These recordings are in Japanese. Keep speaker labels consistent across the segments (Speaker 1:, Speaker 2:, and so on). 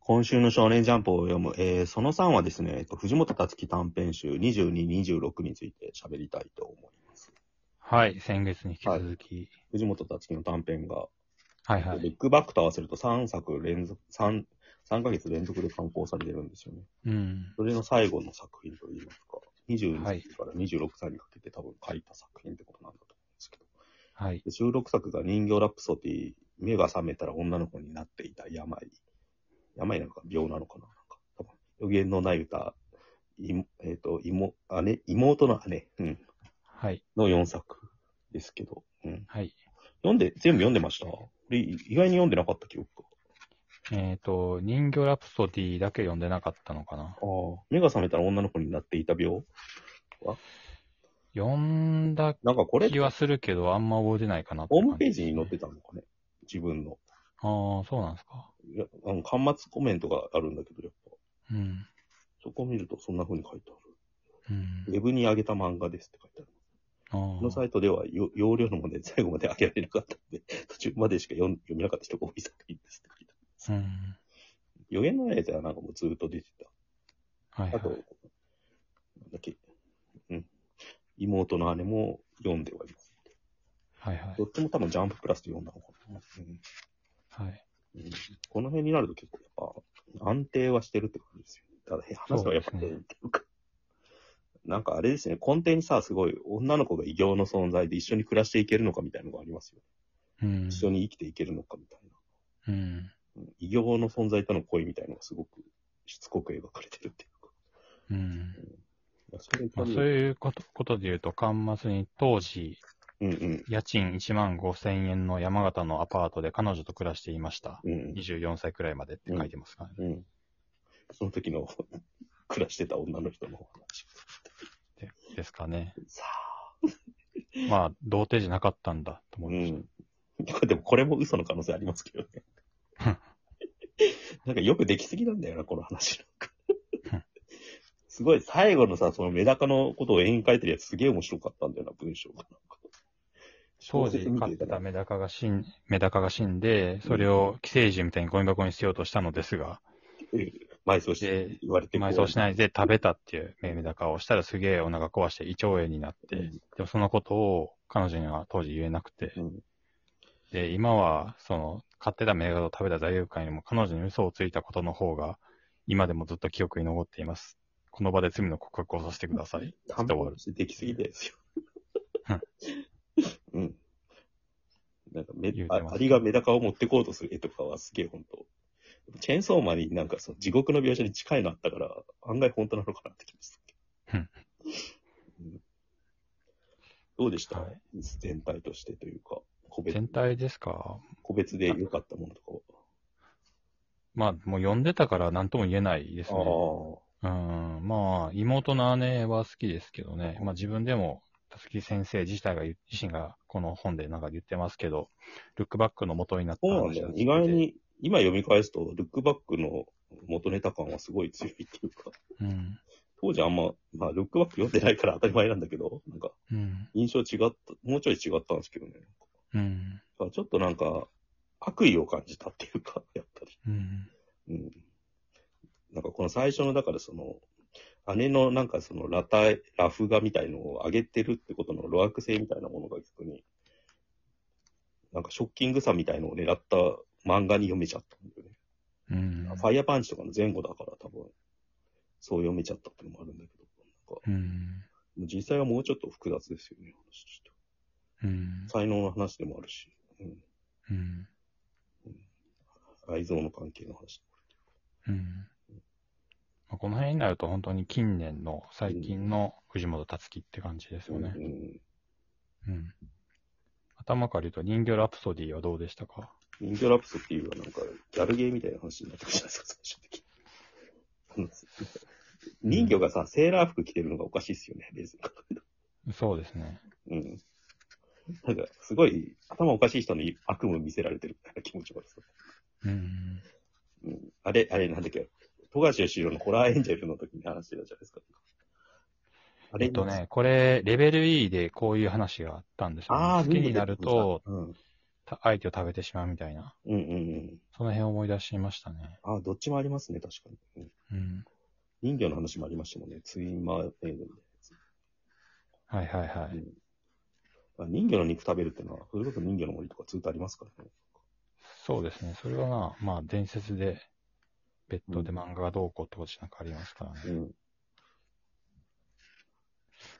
Speaker 1: 今週の少年ジャンプを読む、えーその3はですね、えっと藤本達樹短編集22、26について喋りたいと思います。
Speaker 2: はい、先月に引き続き。
Speaker 1: 藤本達樹の短編が、
Speaker 2: はい、はい、
Speaker 1: ビッグバックと合わせると3作連続、3、3ヶ月連続で刊行されてるんですよね。
Speaker 2: うん。
Speaker 1: それの最後の作品といいますか、22
Speaker 2: はい
Speaker 1: 歳から26歳にかけて多分書いた作品ってことなんだと思うんですけど。
Speaker 2: はい。
Speaker 1: で収録作が人形ラプソディ、目が覚めたら女の子になっていた病。病なのか病なのかななんか多分予言のない歌、いえっ、と、妹、姉、妹の姉、うん、
Speaker 2: はい。
Speaker 1: の4作ですけど、うん。
Speaker 2: はい。
Speaker 1: 読んで、全部読んでましたこれ意外に読んでなかった記憶が。
Speaker 2: えっ、と、人魚ラプソディだけ読んでなかったのかな。
Speaker 1: ああ。目が覚めたら女の子になっていた病
Speaker 2: 読んだ
Speaker 1: なんかこれ、
Speaker 2: 気はするけど、あんま覚えてないかなって
Speaker 1: ホーム
Speaker 2: 感じ
Speaker 1: ページに載ってたのかね自分の。
Speaker 2: ああー、そうなんですか。
Speaker 1: いや、あの、端末コメントがあるんだけど、やっぱ。
Speaker 2: うん。
Speaker 1: そこを見るとそんな風に書いてある。
Speaker 2: うん
Speaker 1: ウ。ェブに上げた漫画ですって書いてある。こ
Speaker 2: あ
Speaker 1: のサ
Speaker 2: ー
Speaker 1: イトではよ容量の問題で 最後まで上げられなかったんで、途中までしか読ん読めなかった人が多い作品ですって書いてある。
Speaker 2: うん。
Speaker 1: 予言のないやつはなんかもうずっと出て
Speaker 2: はい、
Speaker 1: た。あと、
Speaker 2: は
Speaker 1: なん
Speaker 2: い。
Speaker 1: だっけ、うん。妹の姉も読んではいます。
Speaker 2: はい、はい
Speaker 1: ど。っちも多分ジャンププラスで読んだのかな。
Speaker 2: はい。
Speaker 1: うんうんこの辺になると結構やっぱ安定はしてるってことですよ、ね。ただ話はやっぱ
Speaker 2: そう
Speaker 1: 変
Speaker 2: ですね
Speaker 1: っていうか。なんかあれですね、根底にさ、すごい女の子が異形の存在で一緒に暮らしていけるのかみたいなのがありますよ。
Speaker 2: うん。
Speaker 1: 一緒に生きていけるのかみたいな。
Speaker 2: うん。
Speaker 1: うん異形の存在との恋みたいなのがすごくしつこく描かれてるっていうか
Speaker 2: うん。
Speaker 1: いや。それ
Speaker 2: まあ、そういうことことで言うと、端末に当時、
Speaker 1: うんうん。
Speaker 2: 家賃1万5千円の山形のアパートで彼女と暮らしていました。
Speaker 1: うん
Speaker 2: 24歳くらいまでって書いてますからね。
Speaker 1: うん。うん。その時の暮らしてた女の人のお話。
Speaker 2: ですかね。
Speaker 1: さ
Speaker 2: まあ、童貞じゃなかったんだ
Speaker 1: あ、
Speaker 2: と思
Speaker 1: う
Speaker 2: いまし
Speaker 1: ん。いやでもこれも嘘の可能性ありますけど ね。なんかよくできすぎなんだよな、この話なんか。すごい、最後のさ、そのメダカのことを絵に描いてるやつすげえ面白かったんだよな、文章が。なんか
Speaker 2: た。当時飼ってたメダカが死ん、メダカが死んで、それを寄生獣みたいにゴミ箱に捨てようとしたのですが、
Speaker 1: 埋葬し
Speaker 2: で
Speaker 1: て、言われて。
Speaker 2: 埋葬しないいで食べたっていうメダカをしたらすげえお腹壊して胃腸炎になって、
Speaker 1: うん
Speaker 2: でもそのことを彼女には当時言えなくて、
Speaker 1: うん
Speaker 2: で、今はその飼ってたメダカを食べた罪悪感よりも彼女に嘘をついたことの方が、今でもずっと記憶に残っています。この場で罪の告白をさせてください。
Speaker 1: 短
Speaker 2: って終
Speaker 1: 編
Speaker 2: わる
Speaker 1: としてできすぎですよ。うん。なんかめ
Speaker 2: 言うて
Speaker 1: あ、
Speaker 2: ます
Speaker 1: アリがメダカを持ってこうとする絵とかはすげえ本当チェーンソーマンになんかその地獄の描写に近いのあったから、案外本当なのかなって気がする。うんどうでした、
Speaker 2: はい
Speaker 1: 全体としてというか、個別
Speaker 2: 全体ですか
Speaker 1: 個別で良かったものとかは。
Speaker 2: まあ、もう読んでたから何とも言えないですね。
Speaker 1: あ
Speaker 2: うん。まあ、妹の姉は好きですけどね。まあ自分でも、たすき先生自体が言う、自身がこの本でなんか言ってますけど、ルックバックの元になった
Speaker 1: あ、そうなんだ
Speaker 2: 話
Speaker 1: よ
Speaker 2: を。聞いて
Speaker 1: 意外。に、今読み返すと、ルックバックの元ネタ感はすごい強いっていうか。
Speaker 2: うん。
Speaker 1: 当時あんま、まあ、ルックバック読んでないから当たり前なんだけど、なんか、
Speaker 2: うん。
Speaker 1: 印象違った、もうちょい違ったんですけどね。
Speaker 2: うん。
Speaker 1: ちょっとなんか、悪意を感じたっていうか、 やっぱり。
Speaker 2: うん。
Speaker 1: うん。なんかこの最初の、だからその、姉のなんかそのラタイ、ラフ画みたいのを上げてるってことの露悪性みたいなものが逆に、なんかショッキングさみたいのを狙った漫画に読めちゃったんだよね。
Speaker 2: うん。
Speaker 1: ファイヤーパンチとかの前後だから多分、そう読めちゃったってのもあるんだけど、なんか、
Speaker 2: うん。
Speaker 1: 実際はもうちょっと複雑ですよね、話として
Speaker 2: うん。
Speaker 1: 才能の話でもあるし、うん、
Speaker 2: うん。
Speaker 1: 愛憎の関係の話。
Speaker 2: うん。まあこの辺になると本当に近年の、最近の藤本達樹って感じですよね。
Speaker 1: ん。
Speaker 2: うん。頭から言うと人形ラプソディはどうでしたか
Speaker 1: 人形ラプソっていうのはなんか、ギャルゲーみたいな話になってくるじゃないですか、最終的に。あの 人魚がさ、セーラー服着てるのがおかしいっすよね、別に。
Speaker 2: そうですね。
Speaker 1: うん。なんか、すごい、頭おかしい人の悪夢見せられてるみたいな気持ちもあるさ。
Speaker 2: うん。
Speaker 1: うん。あれ、あれ、なんだっけ、富樫義郎のホラーエンジェルの時に話してたじゃないですか。あ
Speaker 2: えっとね、これ、レベル E でこういう話があったんですよ、ね。
Speaker 1: ああ、
Speaker 2: 好きになると、
Speaker 1: うん、
Speaker 2: た相手を食べてしまうみたいな、
Speaker 1: うんうんうん。
Speaker 2: その辺を思い出しましたね。
Speaker 1: あ、どっちもありますね、確かに。うん
Speaker 2: うん。
Speaker 1: 人魚の話もありましたもんね、ツインマーメイドみたいなやつ。
Speaker 2: はいはいは
Speaker 1: う
Speaker 2: い。
Speaker 1: んあ人魚の肉食べるってのは、それこそ人魚の森とかずっとありますからね。
Speaker 2: そうですね。それはな、まあ伝説で、別途で漫画がどうこうってことじゃなくありますからね。
Speaker 1: うん。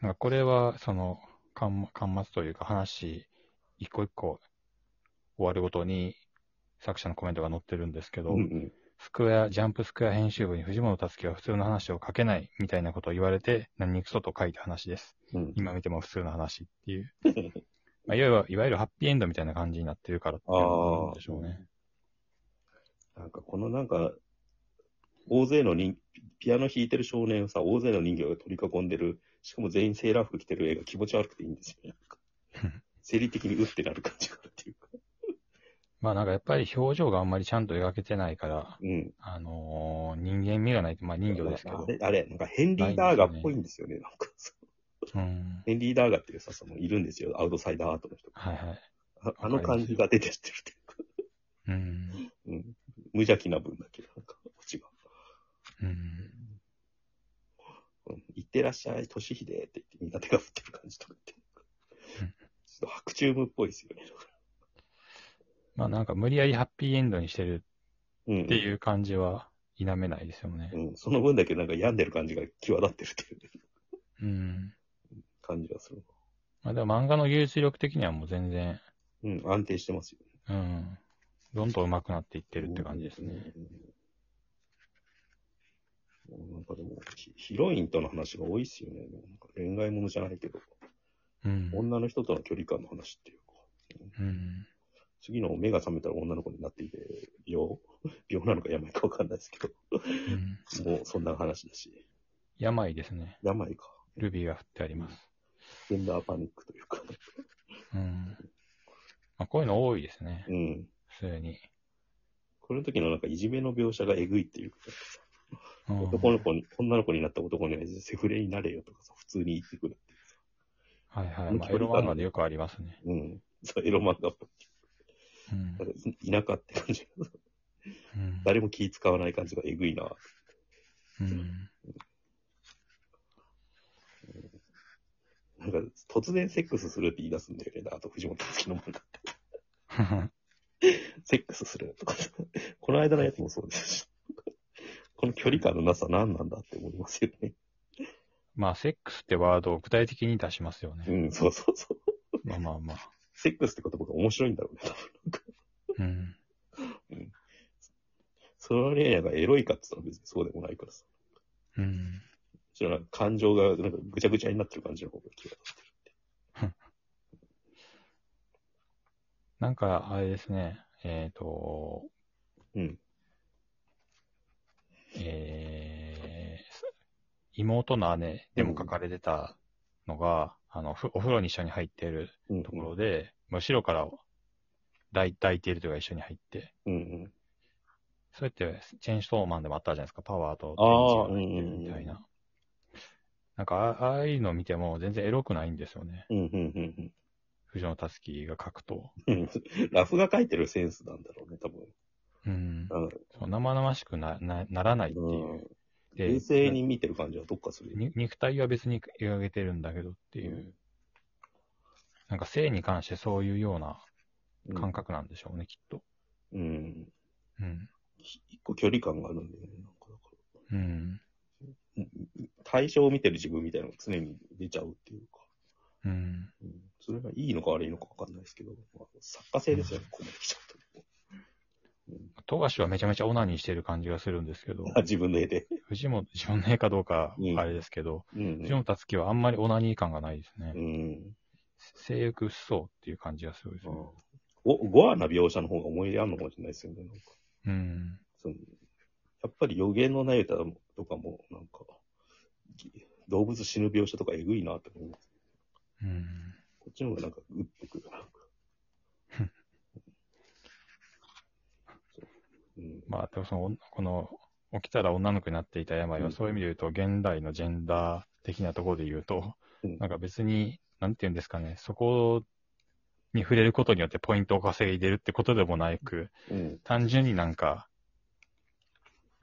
Speaker 2: なんかこれは、その、巻巻末というか話、一個一個終わるごとに、作者のコメントが載ってるんですけど、
Speaker 1: うんうん。
Speaker 2: スクエア、ジャンプスクエア編集部に藤本つ樹は普通の話を書けないみたいなことを言われて、何くそと書いた話です。
Speaker 1: うん。
Speaker 2: 今見ても普通の話って いう。まあ、いわゆる、いわゆるハッピーエンドみたいな感じになってるからっていうのがあるんでしょうね。
Speaker 1: なんかこのなんか、大勢の人、ピアノ弾いてる少年をさ、大勢の人魚が取り囲んでる、しかも全員セーラー服着てる絵が気持ち悪くていいんですよね。なんか生理的にうってなる感じがあるっていうか。
Speaker 2: まあなんかやっぱり表情があんまりちゃんと描けてないから、
Speaker 1: うん。
Speaker 2: あのー人間味がないと、まあ人魚ですけ
Speaker 1: あ
Speaker 2: ど。
Speaker 1: れ、あれ、なんかヘンリー・ダーガーっぽいんですよね、なんかそう。
Speaker 2: うん。
Speaker 1: ヘンリー・ダーガーっていうさ、そのいるんですよ、アウトサイダーアートの人が。
Speaker 2: はいはい。
Speaker 1: ああの感じが出てってるっていうか。
Speaker 2: うん。
Speaker 1: うん。無邪気な分だけ、なんか、こっちが。
Speaker 2: うん。
Speaker 1: うん行ってらっしゃい、としひでって言ってみんな手が振ってる感じとか言って。
Speaker 2: うん
Speaker 1: ちょっと白昼夢っぽいですよね。
Speaker 2: まあなんか無理やりハッピーエンドにしてる
Speaker 1: うん。
Speaker 2: っていう感じは否めないですよね
Speaker 1: う。ん。その分だけなんか病んでる感じが際立ってるっていう
Speaker 2: うん。
Speaker 1: 感じがする。
Speaker 2: まあでも漫画の技術力的にはもう全然、
Speaker 1: うん。安定してますよ。
Speaker 2: うん。どんどん上手くなっていってるって感じですね。
Speaker 1: うん。うんなんかでも、ヒヒロインとの話が多いですよね。なんか恋愛ものじゃないけど、
Speaker 2: うん。
Speaker 1: 女の人との距離感の話っていうか。
Speaker 2: うん。
Speaker 1: 次の目が覚めたら女の子になっていて、 病病なのか病かわかんないですけ
Speaker 2: うん
Speaker 1: ど、もうそんな話だし。
Speaker 2: 病ですね。
Speaker 1: 病か。
Speaker 2: ルビーが振ってあります。
Speaker 1: ジェンダーパニックというか。
Speaker 2: うん。まあこういうの多いですね
Speaker 1: う。ん。
Speaker 2: 普通に。
Speaker 1: この時のなんかいじめの描写がえぐいっていうか、
Speaker 2: うん
Speaker 1: 男の子に、女の子になった男にはセフレになれよとかさ、普通に言ってくるっていうさ。
Speaker 2: はいはい。まあエロ漫画でよくありますね。
Speaker 1: うん。そう、エロ漫画っぽい。
Speaker 2: う
Speaker 1: なん。
Speaker 2: ん
Speaker 1: かい田舎って感じが、
Speaker 2: うん
Speaker 1: 誰も気使わない感じがえぐいな。
Speaker 2: うん。
Speaker 1: なんか突然セックスするって言い出すんだよね。あと藤本月の漫画。セックスするとか、 この間のやつもそうです し、この距離感のなさ何なんだって思いますよね。
Speaker 2: まあ、セックスってワードを具体的に出しますよ
Speaker 1: う
Speaker 2: ね。
Speaker 1: ん、そうそうそう。
Speaker 2: まあまあまあ。
Speaker 1: セックスって言葉が面白いんだろうね。
Speaker 2: うん。
Speaker 1: そのレイヤーがエロいかって言ったら別にそうでもないからさ。
Speaker 2: うん。
Speaker 1: それは感情がなんかぐちゃぐちゃになってる感じの方が気が立ってる。
Speaker 2: なんか、あれですね。えっ、と、
Speaker 1: うん。
Speaker 2: えー、妹の姉でも書かれてたのが、あの、ふお風呂に一緒に入っている
Speaker 1: うん
Speaker 2: ところで、後ろから抱い抱いているというか一緒に入って、
Speaker 1: うんうん。
Speaker 2: そうやってチェーンソーマンでもあったじゃないですか、パワーと
Speaker 1: あー
Speaker 2: 電池が入ってるみたい
Speaker 1: うん
Speaker 2: な。なんかあ、ああいうの見ても全然エロくないんですよね。
Speaker 1: うんうん
Speaker 2: 藤野たつきが書くと。
Speaker 1: うんうん。ラフが書いてるセンスなんだろうね、多分。
Speaker 2: うん。
Speaker 1: うん
Speaker 2: そう生々しくななならないって
Speaker 1: う
Speaker 2: い
Speaker 1: ん
Speaker 2: う。。
Speaker 1: 冷静に見てる感じはどっかするよね。
Speaker 2: に肉体は別に描けてるんだけどっていう、なんか性に関してそういうような
Speaker 1: うん
Speaker 2: 感。覚なんでしょうね、きっと。
Speaker 1: うん。
Speaker 2: うん。
Speaker 1: 一個距離感があるんだよね。なんかだから
Speaker 2: うん。
Speaker 1: 対象を見てる自分みたいなのが常に出ちゃうっていうか、
Speaker 2: うん。
Speaker 1: うん、それがいいのか悪いのかわかんないですけど、まあ、作家性ですよね、ここまで来ちゃうと。
Speaker 2: 富樫はめちゃめちゃオナニーしてる感じがするんですけど、
Speaker 1: あ 自分の絵で。
Speaker 2: 藤本、自分の絵かどうか
Speaker 1: う、ん
Speaker 2: あれですけど、
Speaker 1: うん
Speaker 2: 藤本つ樹はあんまりオナニー感がないですね。
Speaker 1: うん。
Speaker 2: 性欲しそうっていう感じがすごいですね。
Speaker 1: ご、ゴアな描写の方が思い入れあるのかもしれないですよね、なんか。
Speaker 2: うん。
Speaker 1: そのやっぱり予言のない歌とかも、なんか、動物死ぬ描写とかえぐいなって思います。
Speaker 2: うん。
Speaker 1: こっちの方がなんか、うっとくる。なんかそううん
Speaker 2: まあ、でもその、おこの、起きたら女の子になっていた病は、
Speaker 1: うん
Speaker 2: そういう意味で言うと、現代のジェンダー的なところで言うと、
Speaker 1: うん
Speaker 2: なんか別に、なんて言うんですかね、そこに触れることによってポイントを稼いでるってことでもなく、
Speaker 1: うん。
Speaker 2: 単純になんか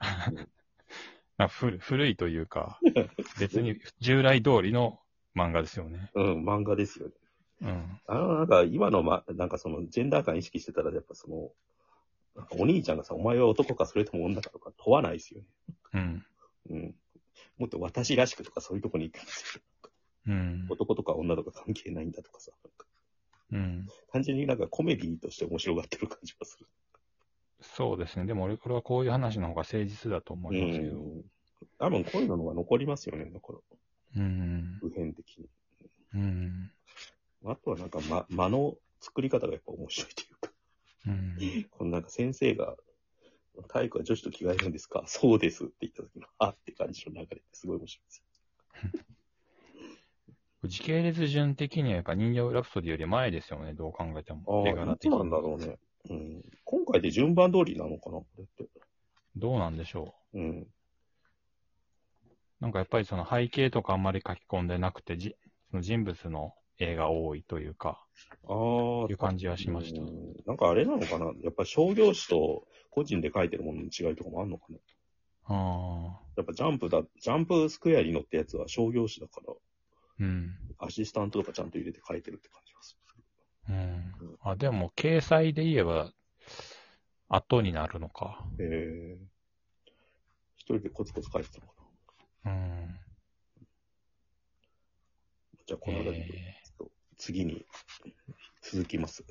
Speaker 1: ん、
Speaker 2: なんか古古いというか、 別に従来通りの漫画ですよね。
Speaker 1: うん、漫画ですよね。
Speaker 2: うん。
Speaker 1: あの、なんか、今の、ま、なんかその、ジェンダー感意識してたら、やっぱその、なんかお兄ちゃんがさ、お前は男かそれとも女かとか問わないですよね。
Speaker 2: うん。
Speaker 1: うん。もっと私らしくとかそういうとこに行くんですよ。
Speaker 2: うん。
Speaker 1: 男とか女とか関係ないんだとかさ。なんか
Speaker 2: うん。
Speaker 1: 単純になんかコメディとして面白がってる感じがする。
Speaker 2: そうですね。でも俺、これはこういう話の方が誠実だと思
Speaker 1: う
Speaker 2: いますけど。
Speaker 1: ん。多分こういうのが残りますよね、だから、
Speaker 2: うん。
Speaker 1: 普遍的に。
Speaker 2: うん。
Speaker 1: あとはなんか、ま、間の作り方がやっぱ面白いというか、
Speaker 2: うん。
Speaker 1: このなんか先生が、体育は女子と着替えるんですか そうですって言った時の、あって感じの流れってすごい面白いです
Speaker 2: 時系列順的にはやっぱ人形ラプソディより前ですよね。どう考えても。
Speaker 1: よ。ああ、いつなんだろうね。うん。今回で順番通りなのかなこれって。
Speaker 2: どうなんでしょ
Speaker 1: うん。
Speaker 2: う。なんかやっぱりその背景とかあんまり書き込んでなくて、じその人物の絵が多いというか、
Speaker 1: ああ
Speaker 2: いう感じはしました
Speaker 1: う。んなんかあれなのかなやっぱ商業誌と個人で書いてるものの違いとかもあるのかな
Speaker 2: ああ。
Speaker 1: やっぱジャンプだ、ジャンプスクエアに乗ったやつは商業誌だから、
Speaker 2: うん。
Speaker 1: アシスタントとかちゃんと入れて書いてるって感じがす
Speaker 2: うん。あ、でも、掲載で言えば、後になるのか。
Speaker 1: る。へえ。一人でコツコツ書いてたのかな
Speaker 2: うん。
Speaker 1: じゃあこの辺りで
Speaker 2: えー
Speaker 1: 次に続きます。